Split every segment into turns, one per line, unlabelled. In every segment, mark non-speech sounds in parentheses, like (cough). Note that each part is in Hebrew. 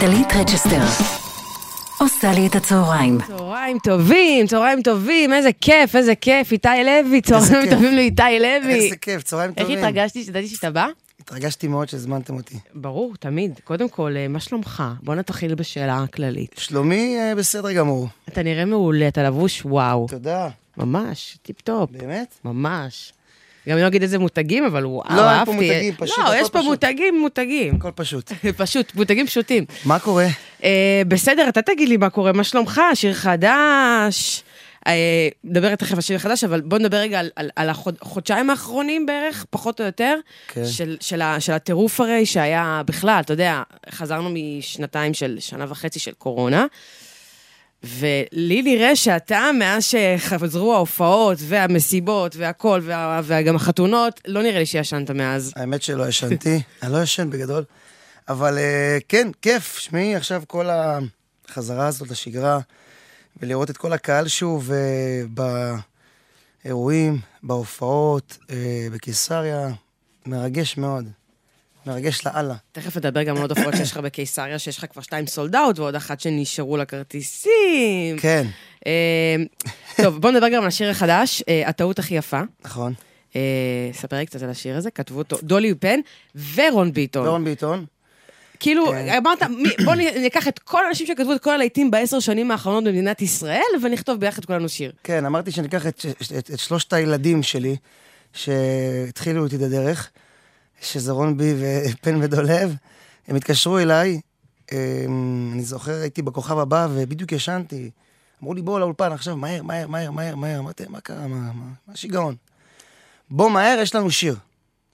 דלית רצ'סטר עושה לי את הצהריים.
צהריים טובים, צהריים טובים, איזה כיף, איזה כיף, איתי לוי, צהריים
כיף.
טובים לאיתי לוי.
איזה כיף, צהריים
איך
טובים.
התרגשתי שידעתי שאתה בא?
התרגשתי מאוד שהזמנתם אותי.
ברור, תמיד. קודם כל, אה, מה שלומך? בוא נתחיל בשאלה הכללית.
שלומי אה, בסדר גמור.
אתה נראה מעולה, אתה לבוש וואו.
תודה.
ממש, טיפ-טופ,
באמת?
ממש. גם אני לא אגיד איזה מותגים, אבל וואו, אהבתי.
לא, אין פה מותגים, פשוט,
לא,
הכל
יש פה
פשוט.
מותגים, מותגים. (laughs)
הכל פשוט.
פשוט, מותגים פשוטים.
מה קורה?
אה, בסדר, אתה תגיד לי מה קורה, מה שלומך, שיר חדש. אה, נדבר תכף על שיר חדש, אבל בוא נדבר רגע על, על, על החודשיים האחרונים בערך, פחות או יותר,
כן.
של, של, ה- של הטירוף הרי שהיה בכלל, אתה יודע, חזרנו משנתיים של שנה וחצי של קורונה, ולי נראה שאתה, מאז שחזרו ההופעות והמסיבות והכל, וה, וגם החתונות, לא נראה לי שישנת מאז.
האמת שלא ישנתי, (laughs) אני לא ישן בגדול. אבל אה, כן, כיף. שמעי, עכשיו כל החזרה הזאת לשגרה, ולראות את כל הקהל שוב אה, באירועים, בהופעות, אה, בקיסריה, מרגש מאוד. מרגש לאללה.
תכף נדבר גם על עוד הופעות שיש לך בקיסריה, שיש לך כבר שתיים סולד אאוט, ועוד אחת שנשארו לה כרטיסים.
כן,
אה, טוב, בואו נדבר גם על השיר החדש, אה, הטעות הכי יפה.
נכון.
אה, ספר לי קצת על השיר הזה, כתבו אותו דולי פן ורון ביטון.
דורון ביטון.
כאילו,
כן.
אמרת, מי- בוא נ- ניקח את כל האנשים שכתבו את כל הלהיטים בעשר שנים האחרונות במדינת ישראל, ונכתוב ביחד כולנו שיר.
כן, אמרתי שאני אקח את, את, את שלושת הילדים שלי, שהתחילו איתי את הדרך, שזה רון בי ופן ודולב. הם התקשרו אליי, אמ, אני זוכר, הייתי בכוכב הבא ובדיוק ישנתי. אמרו לי, בואו לאולפן עכשיו, מהר, מהר, מהר, מהר, מהר. אמרתי, מה קרה, מה, מה, מה שיגעון? בוא מהר, יש לנו שיר.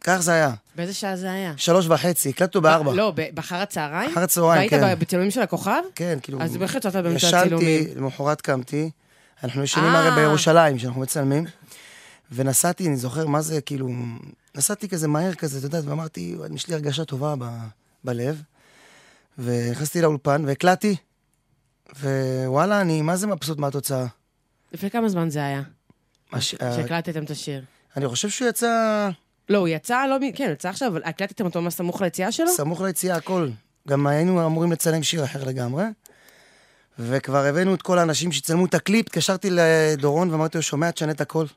כך זה היה.
באיזה שעה זה היה?
שלוש וחצי, הקלטנו בארבע.
לא, ב- באחר הצהריים?
אחר הצהריים, כן.
והיית בצילומים של הכוכב?
כן, כאילו...
אז בהחלט שאתה באמצע הצילומים.
ישנתי, למחרת קמתי, אנחנו ישנים
אה.
הרי בירושלים, שאנחנו מצלמים, ונסעתי, אני זוכר מה זה, כאילו, נסעתי כזה מהר כזה, את יודעת, ואמרתי, "וואי, יש לי הרגשה טובה ב- בלב, ונכנסתי לאולפן והקלטתי, ווואלה, אני, מה זה מבסוט מהתוצאה?
לפני כמה זמן זה היה,
מה ש-
שהקלטתם את השיר?
אה, אני חושב שהוא יצא
לא, הוא יצא, לא, מ- כן, הוא יצא עכשיו, אבל הקלטתם אותו ממש סמוך ליציאה שלו?
סמוך ליציאה, הכל. גם היינו אמורים לצלם שיר אחר לגמרי. וכבר הבאנו את כל האנשים שצלמו את הקליפ, התקשרתי לדורון ואמרתי לו, שומע, תשנה את הכל. הוא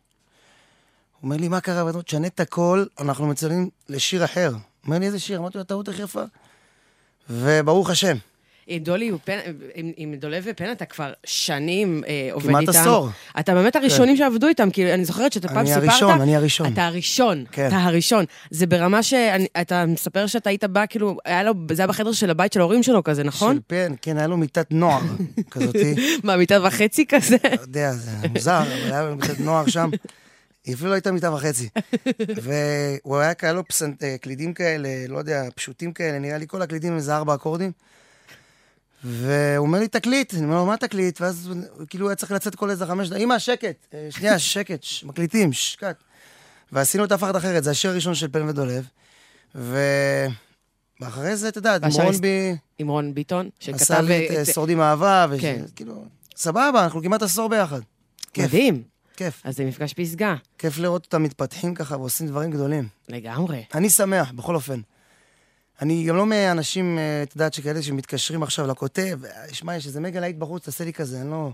אומר לי, מה קרה? ואמרתי לו, תשנה את הכל, אנחנו מצלמים לשיר אחר. הוא אומר לי, איזה שיר? אמרתי לו, הטעות הכי יפה. וברוך השם,
עם דולי ופן, עם, עם דולב ופן אתה כבר שנים אה, עובד
כמעט
איתם.
עשור. כן.
אתה באמת הראשונים שעבדו איתם, כאילו, אני זוכרת שאתה פעם
אני
סיפרת...
הראשון, אני הראשון.
אתה הראשון,
כן.
אתה הראשון. זה ברמה שאתה מספר שאתה היית בא, כאילו, היה לו, זה היה בחדר של הבית של ההורים שלו כזה, נכון?
של פן, כן, היה לו מיטת נוער כזאתי.
מה, מיטה וחצי כזה?
אתה יודע, זה מוזר, אבל היה לנו קצת נוער שם. היא אפילו לא הייתה מיטה וחצי. והוא היה כאלה לו פסנ- אה, קלידים כאלה, לא יודע, פשוטים כאלה, נראה לי כל הקלידים הם איזה ארבע אקורדים. והוא אומר לי, תקליט. אני אומר לו, מה תקליט? ואז הוא- הוא כאילו היה צריך לצאת כל איזה חמש דקות. אמא, שקט. אה, שנייה, שקט, ש- מקליטים, שקט. ועשינו את הפחד אחרת, זה השיר הראשון של פן ודולב. ו- ואחרי זה, אתה יודע,
והשאר
מורון
הסת-
בי...
עם רון ביטון, שכתב...
עשה לי את אה, שורדים אהבה,
כן.
וכאילו, סבבה, אנחנו כמעט עשור ביחד. כיף,
מדהים.
כיף.
אז זה מפגש פסגה.
כיף לראות אותם מתפתחים ככה ועושים דברים גדולים.
לגמרי.
אני שמח, בכל אופן. אני גם לא מאנשים, אה, את יודעת, שכאלה שמתקשרים עכשיו לכותב, "אה, שמע, יש איזה מגה להיט בחוץ, תעשה לי כזה, אני לא...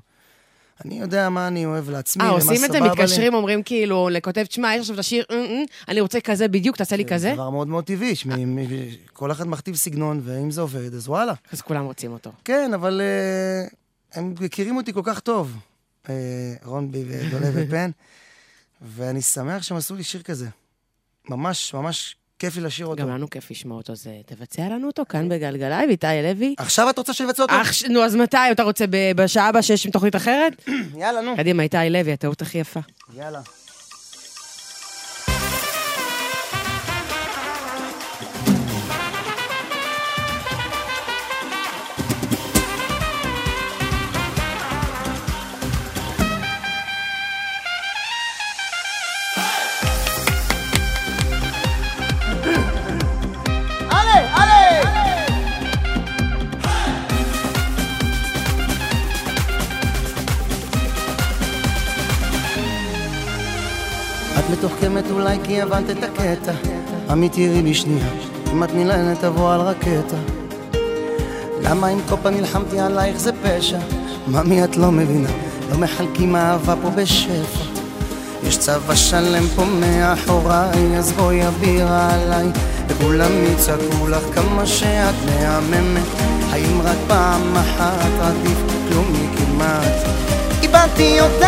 אני יודע מה אני אוהב לעצמי,
אה,
ומה
עושים את זה,
סבבה לי.
מתקשרים, אומרים כאילו, לכותב, תשמע, יש עכשיו את השיר, אה, אה, אני רוצה כזה בדיוק, תעשה לי כזה.
כן, זה דבר מאוד מאוד טבעי, שמי- מי- כל אחד מכתיב סגנון, ואם זה עובד, אז וואלה.
אז כולם רוצים אותו.
כן, אבל אה, הם מכירים אותי כל כך טוב, אה, רון בי ודולב
(laughs)
ופן, ואני שמח שהם עשו לי שיר כזה. ממש, ממש כיף לי לשיר אותו.
גם לנו כיף לשמוע אותו, אז אה, תבצע לנו אותו כאן בגלגלייב, איתי לוי.
עכשיו את רוצה שנבצע אותו?
אח, ש- נו, אז מתי? אתה רוצה ב- בשעה הבאה שיש עם תוכנית אחרת?
(clears throat) (clears throat) יאללה, נו.
קדימה, איתי לוי, הטעות הכי יפה.
יאללה. את מתוחכמת אולי כי הבנת את הקטע, עמית ירי בשנייה, אם את נילנת תבוא על רקטה. למה עם קופה נלחמתי עלייך זה פשע? ממי את לא מבינה, לא מחלקים אהבה פה בשפע. יש צבא שלם פה מאחוריי, אז בואי הבירה עליי. וכולם יצעקו לך כמה שאת מהממת, האם רק פעם אחת עדיף כלום מכמעט. איבדתי אותך!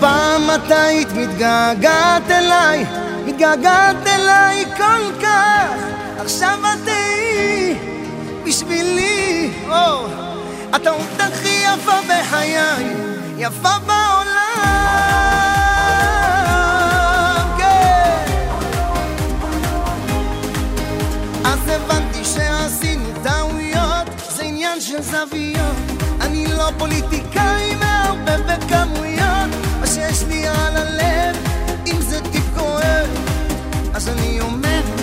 פעם את היית מתגעגעת אליי, מתגעגעת אליי כל כך, עכשיו את תהיי בשבילי, או, את העובדה הכי יפה בחיי, יפה בעולם, כן. אז הבנתי שעשינו טעויות, זה עניין של זוויות. אני לא פוליטיקאי מערבב בכמויות, מה שיש לי על הלב, אם זה טיפ כואב, אז אני אומר לך,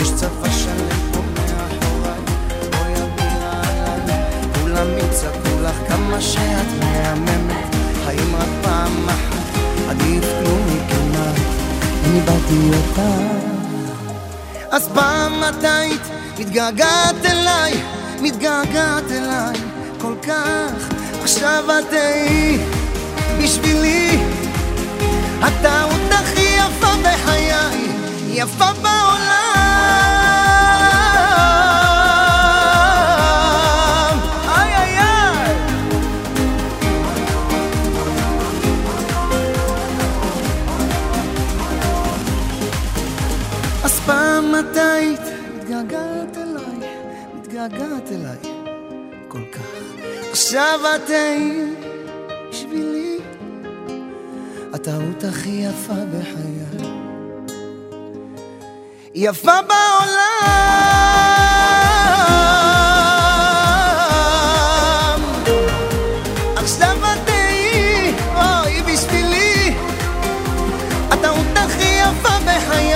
יש צבא שלם פה מאחוריי, בואי הבירה עליי, כולם יצעקו לך כמה שאת מהממת, האם רק פעם אחת עדיף כלום מכמעט, אני באתי אותך. אז פעם את היית מתגעגעת אליי, מתגעגעת אליי כל כך. עכשיו את תהיי בשבילי, את האות הכי יפה בחיי, יפה בעולם. איי איי איי! אז פעם את היית מתגעגעת אליי, מתגעגעת אליי כל כך. עכשיו את היית בשבילי הטעות הכי יפה בחיי. יפה בעולם! עכשיו את תהיי, אוי, בשבילי הטעות הכי יפה בחיי,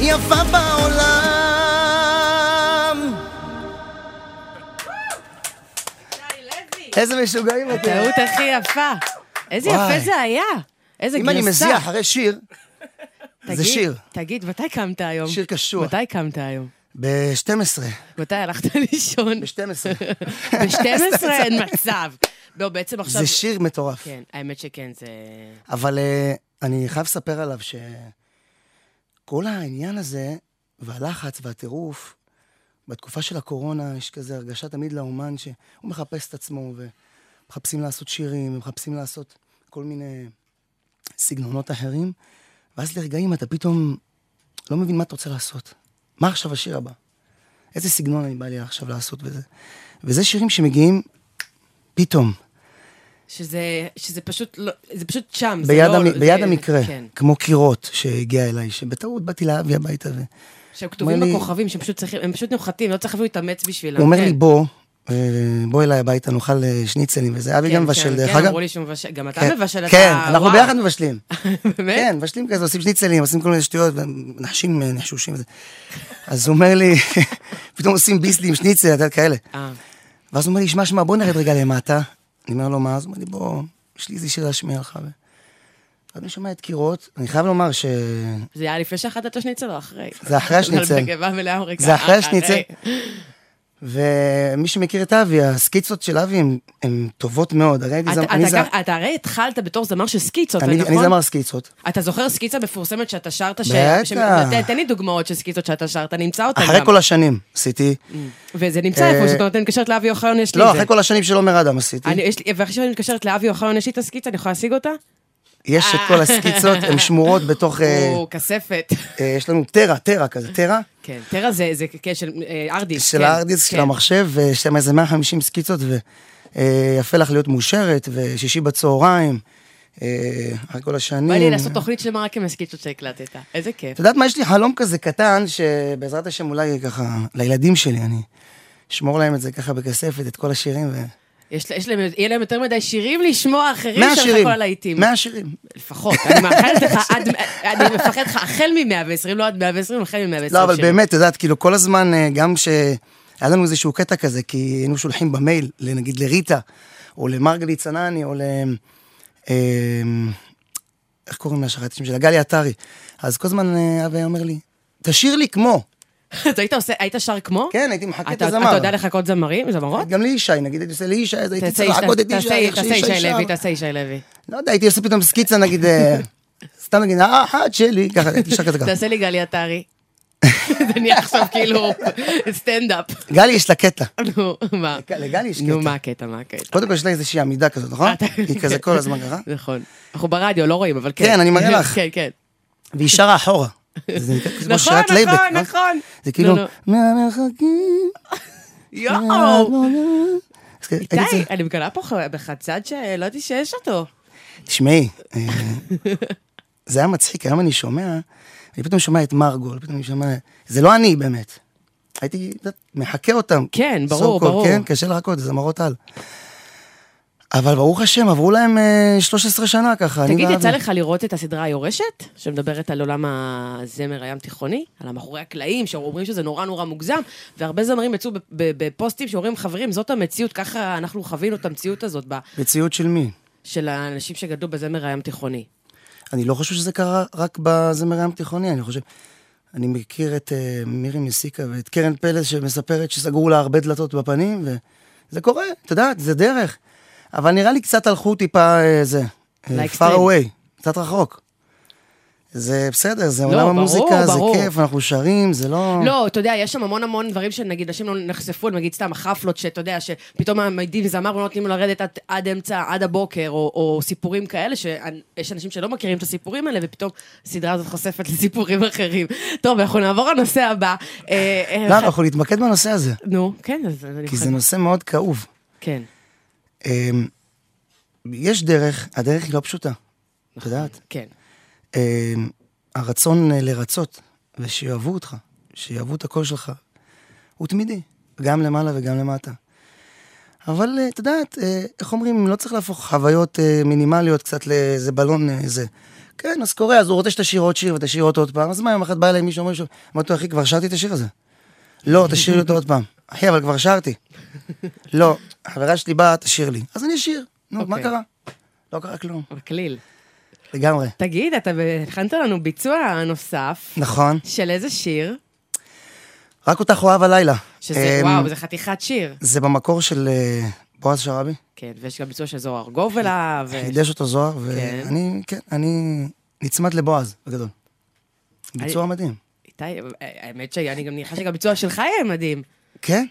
יפה בעולם. איזה משוגעים אתם.
הטעות הכי יפה. איזה
וואי.
יפה זה היה. איזה
אם
גרסה.
אני מזיע אחרי שיר, זה
תגיד-
שיר.
תגיד, מתי קמת היום?
שיר קשוח.
מתי קמת היום?
ב-12.
מתי הלכת (laughs)
(laughs)
לישון?
ב-12.
ב-12 אין מצב. לא, בעצם עכשיו...
(laughs) זה שיר מטורף.
כן, האמת שכן, זה...
אבל אה, אני חייב לספר עליו שכל העניין הזה, והלחץ והטירוף, בתקופה של הקורונה יש כזה הרגשה תמיד לאומן שהוא מחפש את עצמו, ומחפשים לעשות שירים, ומחפשים לעשות כל מיני סגנונות אחרים, ואז לרגעים אתה פתאום לא מבין מה אתה רוצה לעשות. מה עכשיו השיר הבא? איזה סגנון אני בא לי עכשיו לעשות וזה. וזה שירים שמגיעים פתאום.
שזה, שזה פשוט לא, זה פשוט שם. זה
ביד,
לא,
המ...
זה-
ביד המקרה,
כן.
כמו קירות שהגיע אליי, שבטעות באתי לאבי הביתה, ו...
שהם כתובים
אומר לי-
בכוכבים, שהם פשוט צריכים, הם פשוט נוחתים, לא צריך אפילו להתאמץ בשבילם.
הוא אומר
כן.
לי, בוא, אה, בוא אליי הביתה, נאכל אה, שניצלים וזה. אבי
כן,
גם מבשל,
כן,
דרך
כן,
אגב.
אמרו לי שהוא מבשל, גם אתה
כן,
מבשל,
כן,
אתה...
אנחנו
וואו.
ביחד מבשלים.
(laughs) באמת?
כן, מבשלים כזה, עושים שניצלים, עושים כל מיני שטויות, נחשים, אה, נחשושים וזה. אז הוא אומר לי, (laughs) פתאום עושים ביסלי עם שניצל, אתה יודע, כאלה.
אה,
ואז הוא אומר לי, שמע, שמע, בוא נרד רגע למטה. אני אומר לו, מה? אז הוא אומר לי, בוא, יש לי איזה שיר להשמיע לך. ו- אז אני שומע את קירות, אני חייב לומר ש...
זה היה לפני שאכלת את השניצל או אחרי?
זה
(laughs)
אחרי השניצל.
אבל בגבה מלאה אה, הוריקה.
זה אחרי השניצל. ומי שמכיר את אבי, הסקיצות של אבי הן- הן טובות מאוד. הרי הייתי
אתה-
זמ-
אתה
אני זמ-
גם- אתה הרי התחלת בתור זמר של סקיצות,
אני-
נכון?
אני זמר סקיצות.
אתה זוכר סקיצה מפורסמת שאתה שרת? ש-
בטח.
ש- תן- תן לי דוגמאות של סקיצות שאתה שרת, אני אמצא אותן גם.
אחרי כל השנים עשיתי.
וזה נמצא
אה,
איפה שאתה נותן מתקשרת לאבי אוחיון, יש לי את
לא,
זה.
אחרי כל השנים של עומר אדם עשיתי.
אני- יש לי- ואחרי שאני מתקשרת לאבי אוחיון, יש לי את הסקיצה, אני יכולה להשיג אותה?
יש את כל הסקיצות, הן שמורות בתוך... אה,
או כספת.
אה, יש לנו טרה, טרה כזה, טרה.
כן, תראה, זה זה כן, של אה, ארדיס.
של
כן,
הארדיסק, של
כן.
המחשב, ויש להם איזה 150 סקיצות, ויפה לך להיות מאושרת, ושישי בצהריים, אה, אחרי כל השנים.
בא לי לעשות תוכנית שלמה רק עם הסקיצות שהקלטת. איזה כיף.
את יודעת מה? יש לי חלום כזה קטן, שבעזרת השם אולי ככה, לילדים שלי, אני אשמור להם את זה ככה בכספת, את כל השירים. ו...
יש לה- יש להם, יהיה להם יותר מדי שירים לשמוע אחרים
100
שלך
שירים.
כל הלהיטים.
100 שירים.
לפחות. אני מאחלת לך עד, אני מפחד לך החל מ-120, לא עד 120, החל מ-120
לא, אבל באמת, את יודעת, כאילו, כל הזמן, אה, גם ש... היה לנו איזשהו קטע כזה, כי היינו שולחים במייל, נגיד לריטה, או למרגלית צנני, או ל... אמ, אה, איך קוראים לה שרת השם שלה? גלי עטרי. אז כל הזמן אה, אבי היה אומר לי, תשאיר לי כמו.
אז היית עושה, היית שר כמו?
כן, הייתי מחכה את
אתה-
הזמר.
אתה יודע לחכות זמרים, זמרות?
גם לישי, נגיד הייתי עושה לישי, אז הייתי צריך
תעשה-
לעקוד את
תעשה-
ישי, איך
תעשה
שישי
ישי לוי,
שר.
תעשה ישי לוי.
לא יודע, הייתי עושה פתאום סקיצה,
(laughs)
נגיד, אה, סתם נגיד, האחת שלי, ככה, הייתי שר כזה גם.
תעשה לי גלי עטרי. (laughs) זה נהיה עכשיו כאילו סטנדאפ.
גלי, יש לה קטע.
נו, מה?
לגלי יש
נו,
קטע.
מה הקטע, מה הקטע?
קודם כל יש לה איזושהי עמידה כזאת, נכון?
אתה-
היא כזה כל הזמן גרה.
(laughs) נכון. אנחנו ברדיו, לא רואים, אבל כן.
כן, אני מראה לך.
כן, כן. (laughs)
והיא שרה אחורה. זה נקרא כמו
נכון,
שירת לייבק.
נכון,
מה?
נכון.
זה כאילו,
לא, לא.
מהמרחקים. אה,
יואו!
אז כזה, הייתי
די,
צריך-
אני מגלה פה ח- בך צד שלא ידעתי שיש אותו.
תשמעי, אה, זה היה מצחיק, היום אני שומע, אני פתאום שומע את מרגול, פתאום אני שומע, זה לא אני באמת. הייתי את יודעת, מחקה אותם.
כן, ברור,
So called,
ברור.
כן, קשה לחכות, זה זמרות על. אבל ברוך השם, עברו להם אה, 13 שנה ככה. אני לא
תגיד,
ואבי.
יצא לך לראות את הסדרה היורשת, שמדברת על עולם הזמר הים תיכוני, על המאחורי הקלעים, שאומרים שזה נורא נורא מוגזם, והרבה זמרים יצאו ב- ב- בפוסטים שאומרים, חברים, זאת המציאות, ככה אנחנו חווינו את המציאות הזאת, ב-
בציוד של מי?
של האנשים שגדלו בזמר הים תיכוני.
אני לא חושב שזה קרה רק בזמר הים תיכוני, אני חושב... אני מכיר את אה, מירי מסיקה ואת קרן פלס שמספרת שסגרו לה הרבה דלתות בפנים, וזה קורה, את יודעת, זה דרך. אבל נראה לי קצת הלכו טיפה, אה, זה, אה, far
לאקסטרים.
away, קצת רחוק. זה בסדר, זה עולם
לא, ברור,
המוזיקה, זה
ברור.
כיף, אנחנו שרים, זה לא...
לא, אתה יודע, יש שם המון המון דברים שנגיד, אנשים לא נחשפו, נגיד סתם החפלות, שאתה יודע, שפתאום מעמידים זמר ולא נותנים לו לרדת עד, עד אמצע, עד הבוקר, או, או סיפורים כאלה, שיש אנשים שלא מכירים את הסיפורים האלה, ופתאום הסדרה הזאת חושפת לסיפורים אחרים. טוב, אנחנו נעבור לנושא הבא. אה, אה,
לא, אבל אנחנו נתמקד בנושא הזה,
נו, כן, אז אני
כי
חושבת...
זה נושא מאוד כאוב.
כן.
אמ, יש דרך, הדרך היא לא פשוטה, את יודעת.
כן.
אה, הרצון אה, לרצות, ושיאהבו אותך, שיאהבו את הקול שלך, הוא תמידי, גם למעלה וגם למטה. אבל אה, את יודעת, אה, איך אומרים, לא צריך להפוך חוויות אה, מינימליות קצת לאיזה בלון אה, זה. כן, אז קורה, אז הוא רוצה שתשאיר עוד שיר ותשאיר אותו עוד פעם, אז מה, יום אחד בא אליי מישהו, אומר לי, אמרתי לו, אחי, כבר שרתי את השיר הזה. לא, תשאיר לי אותו עוד פעם. אחי, אבל כבר שרתי. לא, חברה שלי באה, תשאיר לי. אז אני אשיר. נו, מה
אוקיי.
קרה? לא קרה כלום,
מקליל.
לגמרי.
תגיד, אתה הכנת לנו ביצוע נוסף
נכון.
של איזה שיר,
רק אותך אוהב הלילה.
שזה,
אמ,
וואו, זה חתיכת שיר.
זה במקור של אה, בועז שרעבי,
כן, ויש גם ביצוע של זוהר גובלה, ו...
חידש אותו זוהר,
כן.
ואני, כן, אני נצמד לבועז, בגדול. ביצוע מדהים.
איתי, האמת שאני גם מניחה שגם הביצוע שלך יהיה מדהים.
כן?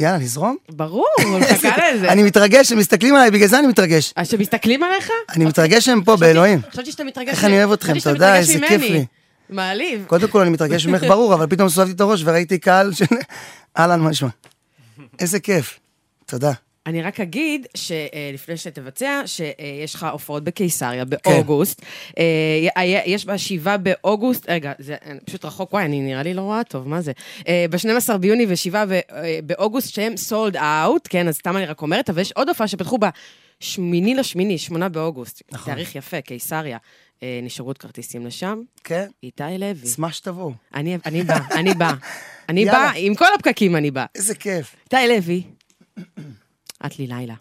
יאללה, נזרום?
ברור, הוא מחכה
(laughs)
לזה.
אני מתרגש, הם מסתכלים עליי, בגלל זה אני מתרגש.
אז שמסתכלים עליך?
אני מתרגש שהם פה, באלוהים.
חשבתי שאתה מתרגש...
איך אני אוהב אתכם,
חשבתי שאתה
תודה,
מתרגש
איזה כיף
ממני.
לי.
מעליב.
קודם כל, אני מתרגש ממך, ברור, אבל פתאום סובבתי את הראש וראיתי קהל של... אהלן, מה נשמע? איזה כיף. תודה.
אני רק אגיד, שלפני שתבצע, שיש לך הופעות בקיסריה באוגוסט. אה, אה, יש ב-7 באוגוסט, רגע, זה אה, פשוט רחוק, וואי, אני נראה לי לא רואה טוב, מה זה? ב-12 ביוני ו-7 באוגוסט, שהם סולד אאוט, כן, אז סתם אני רק אומרת, אבל יש עוד הופעה שפתחו ב... שמיני לשמיני, שמונה באוגוסט. נכון. תאריך יפה, קיסריה. אה, נשארו עוד כרטיסים לשם.
כן?
איתי לוי.
אשמח שתבואו.
אני, אני בא, אני בא. אני בא,
יאללה.
עם כל הפקקים אני בא.
איזה כיף.
איתי לוי, את לי לילה.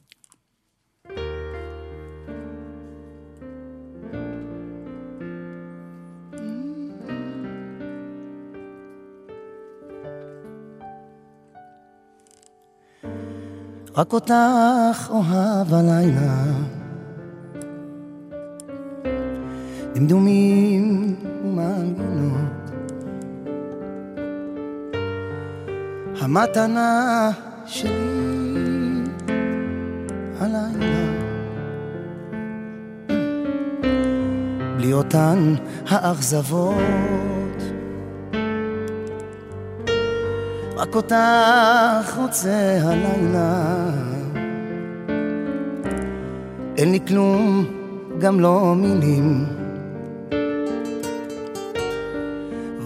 רק אותך אוהב הלילה. דמדומים ומנגנות. המתנה שלי הלילה. בלי אותן האכזבות. רק אותך רוצה הלילה. אין לי כלום, גם לא מילים.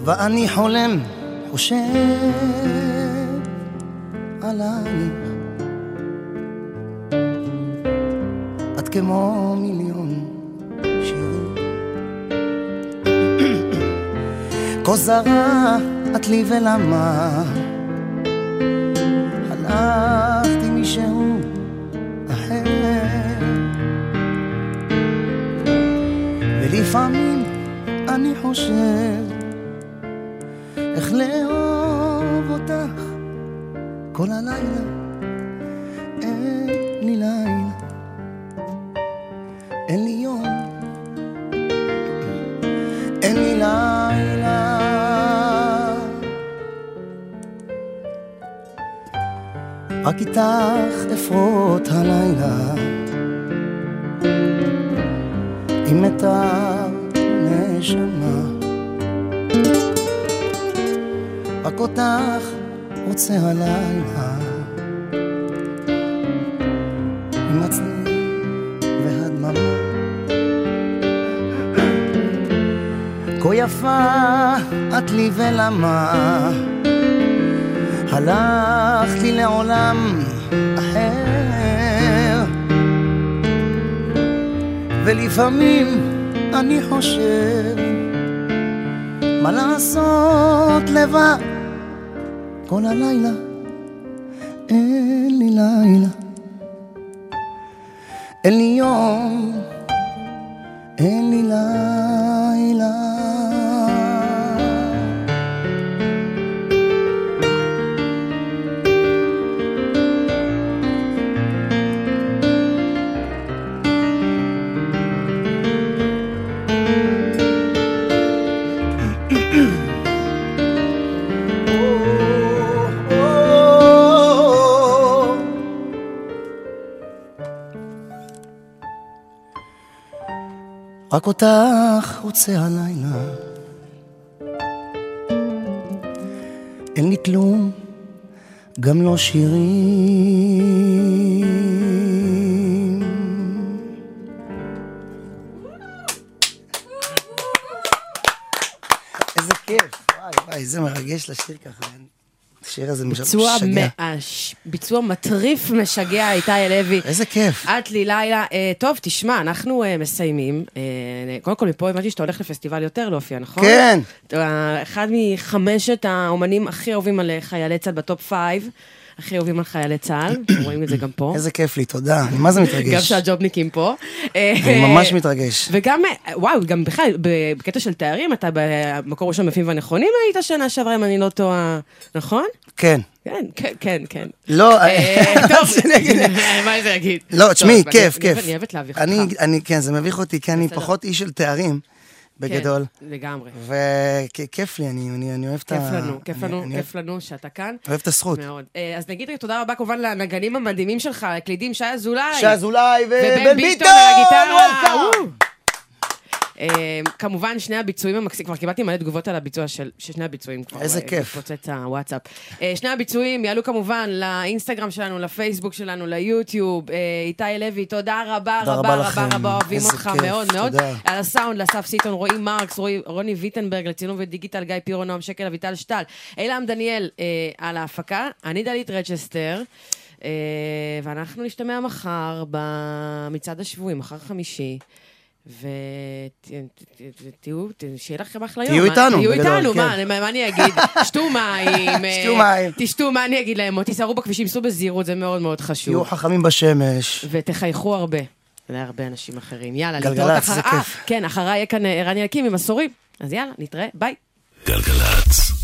ואני חולם, חושב עלייך. את כמו מיליון שירים. (clears throat) כה זרה את לי ולמה הלכתי מישהו אחר ולפעמים אני חושב איך לאהוב כל הלילה אין לי לילה, אין לי יום, אין לי לילה. רק איתך אפרוט הלילה, עם מיטב נשמה. רק אותך רוצה הלילה, עם הצליל והדממה. כה יפה את לי ולמה הלכת לי לעולם אחר ולפעמים אני חושב מה לעשות לבד כל הלילה אין לי לילה אין לי יום אין לי לילה רק אותך רוצה הלילה. אין לי כלום, גם לא שירים. איזה כיף, וואי וואי, איזה מרגש לשיר ככה. השיר הזה משגע.
ביצוע, מאש, ביצוע מטריף משגע, איתי לוי.
איזה כיף.
את לי לילה. אה, טוב, תשמע, אנחנו אה, מסיימים. אה, קודם כל, מפה הבנתי שאתה הולך לפסטיבל יותר להופיע, נכון?
כן.
אתה אחד מחמשת האומנים הכי אהובים על אה, חיילי צה"ל בטופ פייב. הכי אהובים על חיילי צה"ל,
(clears throat)
אתם רואים את זה גם פה.
איזה כיף לי, תודה. אני מה זה מתרגש?
גם שהג'ובניקים פה. אה,
אני ממש מתרגש.
וגם, אה, וואו, גם בכלל, ב- בקטע של תארים, אתה במקור ראשון בפים והנכונים היית שנה שעברה, אם אני לא טועה, נכון?
כן.
כן, כן, כן, כן.
לא,
אה,
(laughs)
טוב,
אני אגיד.
אה, מה זה אגיד?
לא, תשמעי,
טוב,
כיף,
אני-
כיף.
אני אוהבת להביך
אני-
אותך.
אני, כן, זה מביך אותי, כי אני
בסדר.
פחות איש של תארים,
כן,
בגדול.
לגמרי.
וכיף לי, אני- אני אני אוהב את ה...
כיף לנו, כיף
אני-
לנו,
אני
כיף לנו שאתה כאן.
אוהב את הזכות.
מאוד. אה, אז נגיד תודה רבה כמובן לנגנים המדהימים שלך, הקלידים, שי אזולאי.
שי אזולאי ובן ביטון!
על הגיטרה!
וולקאם!
אה, כמובן, שני הביצועים המקסימים, כבר קיבלתי מלא תגובות על הביצוע של של שני הביצועים. כבר,
איזה
אה,
כיף.
התפוצץ הוואטסאפ. אה, שני הביצועים יעלו כמובן לאינסטגרם שלנו, לפייסבוק שלנו, ליוטיוב. אה, איתי לוי, תודה רבה
תודה
רבה
רבה
רבה
לכם.
רבה, אוהבים
איזה
אותך
כיף,
מאוד מאוד.
תודה.
על הסאונד, לאסף סיטון, רועי מרקס, רועי- רוני ויטנברג, לצילום ודיגיטל, גיא פירו, נועם שקל, אביטל שטל. אילם דניאל אה, על ההפקה, אני דלית רצ'סטר. אה, ואנחנו נשתמע מחר במצעד השבויים, מחר חמישי. ותהיו, שיהיה לכם אחלה יום.
תהיו
מה-
איתנו,
תהיו
בגדול,
איתנו,
כן.
מה, מה מה אני אגיד? שתו מים. אה,
(laughs) שתו מים.
תשתו, מה אני אגיד להם? או תיסערו בכבישים, סעו בזהירות, זה מאוד מאוד
תהיו
חשוב.
חכמים בשמש.
ותחייכו הרבה. להרבה אנשים אחרים. יאללה,
גלגלצ,
להתראות
זה
אחר... אה,
כיף.
כן, אחריי יהיה כאן אה, ערן יקים עם הסורים. אז יאללה, נתראה, ביי.
גלגלצ.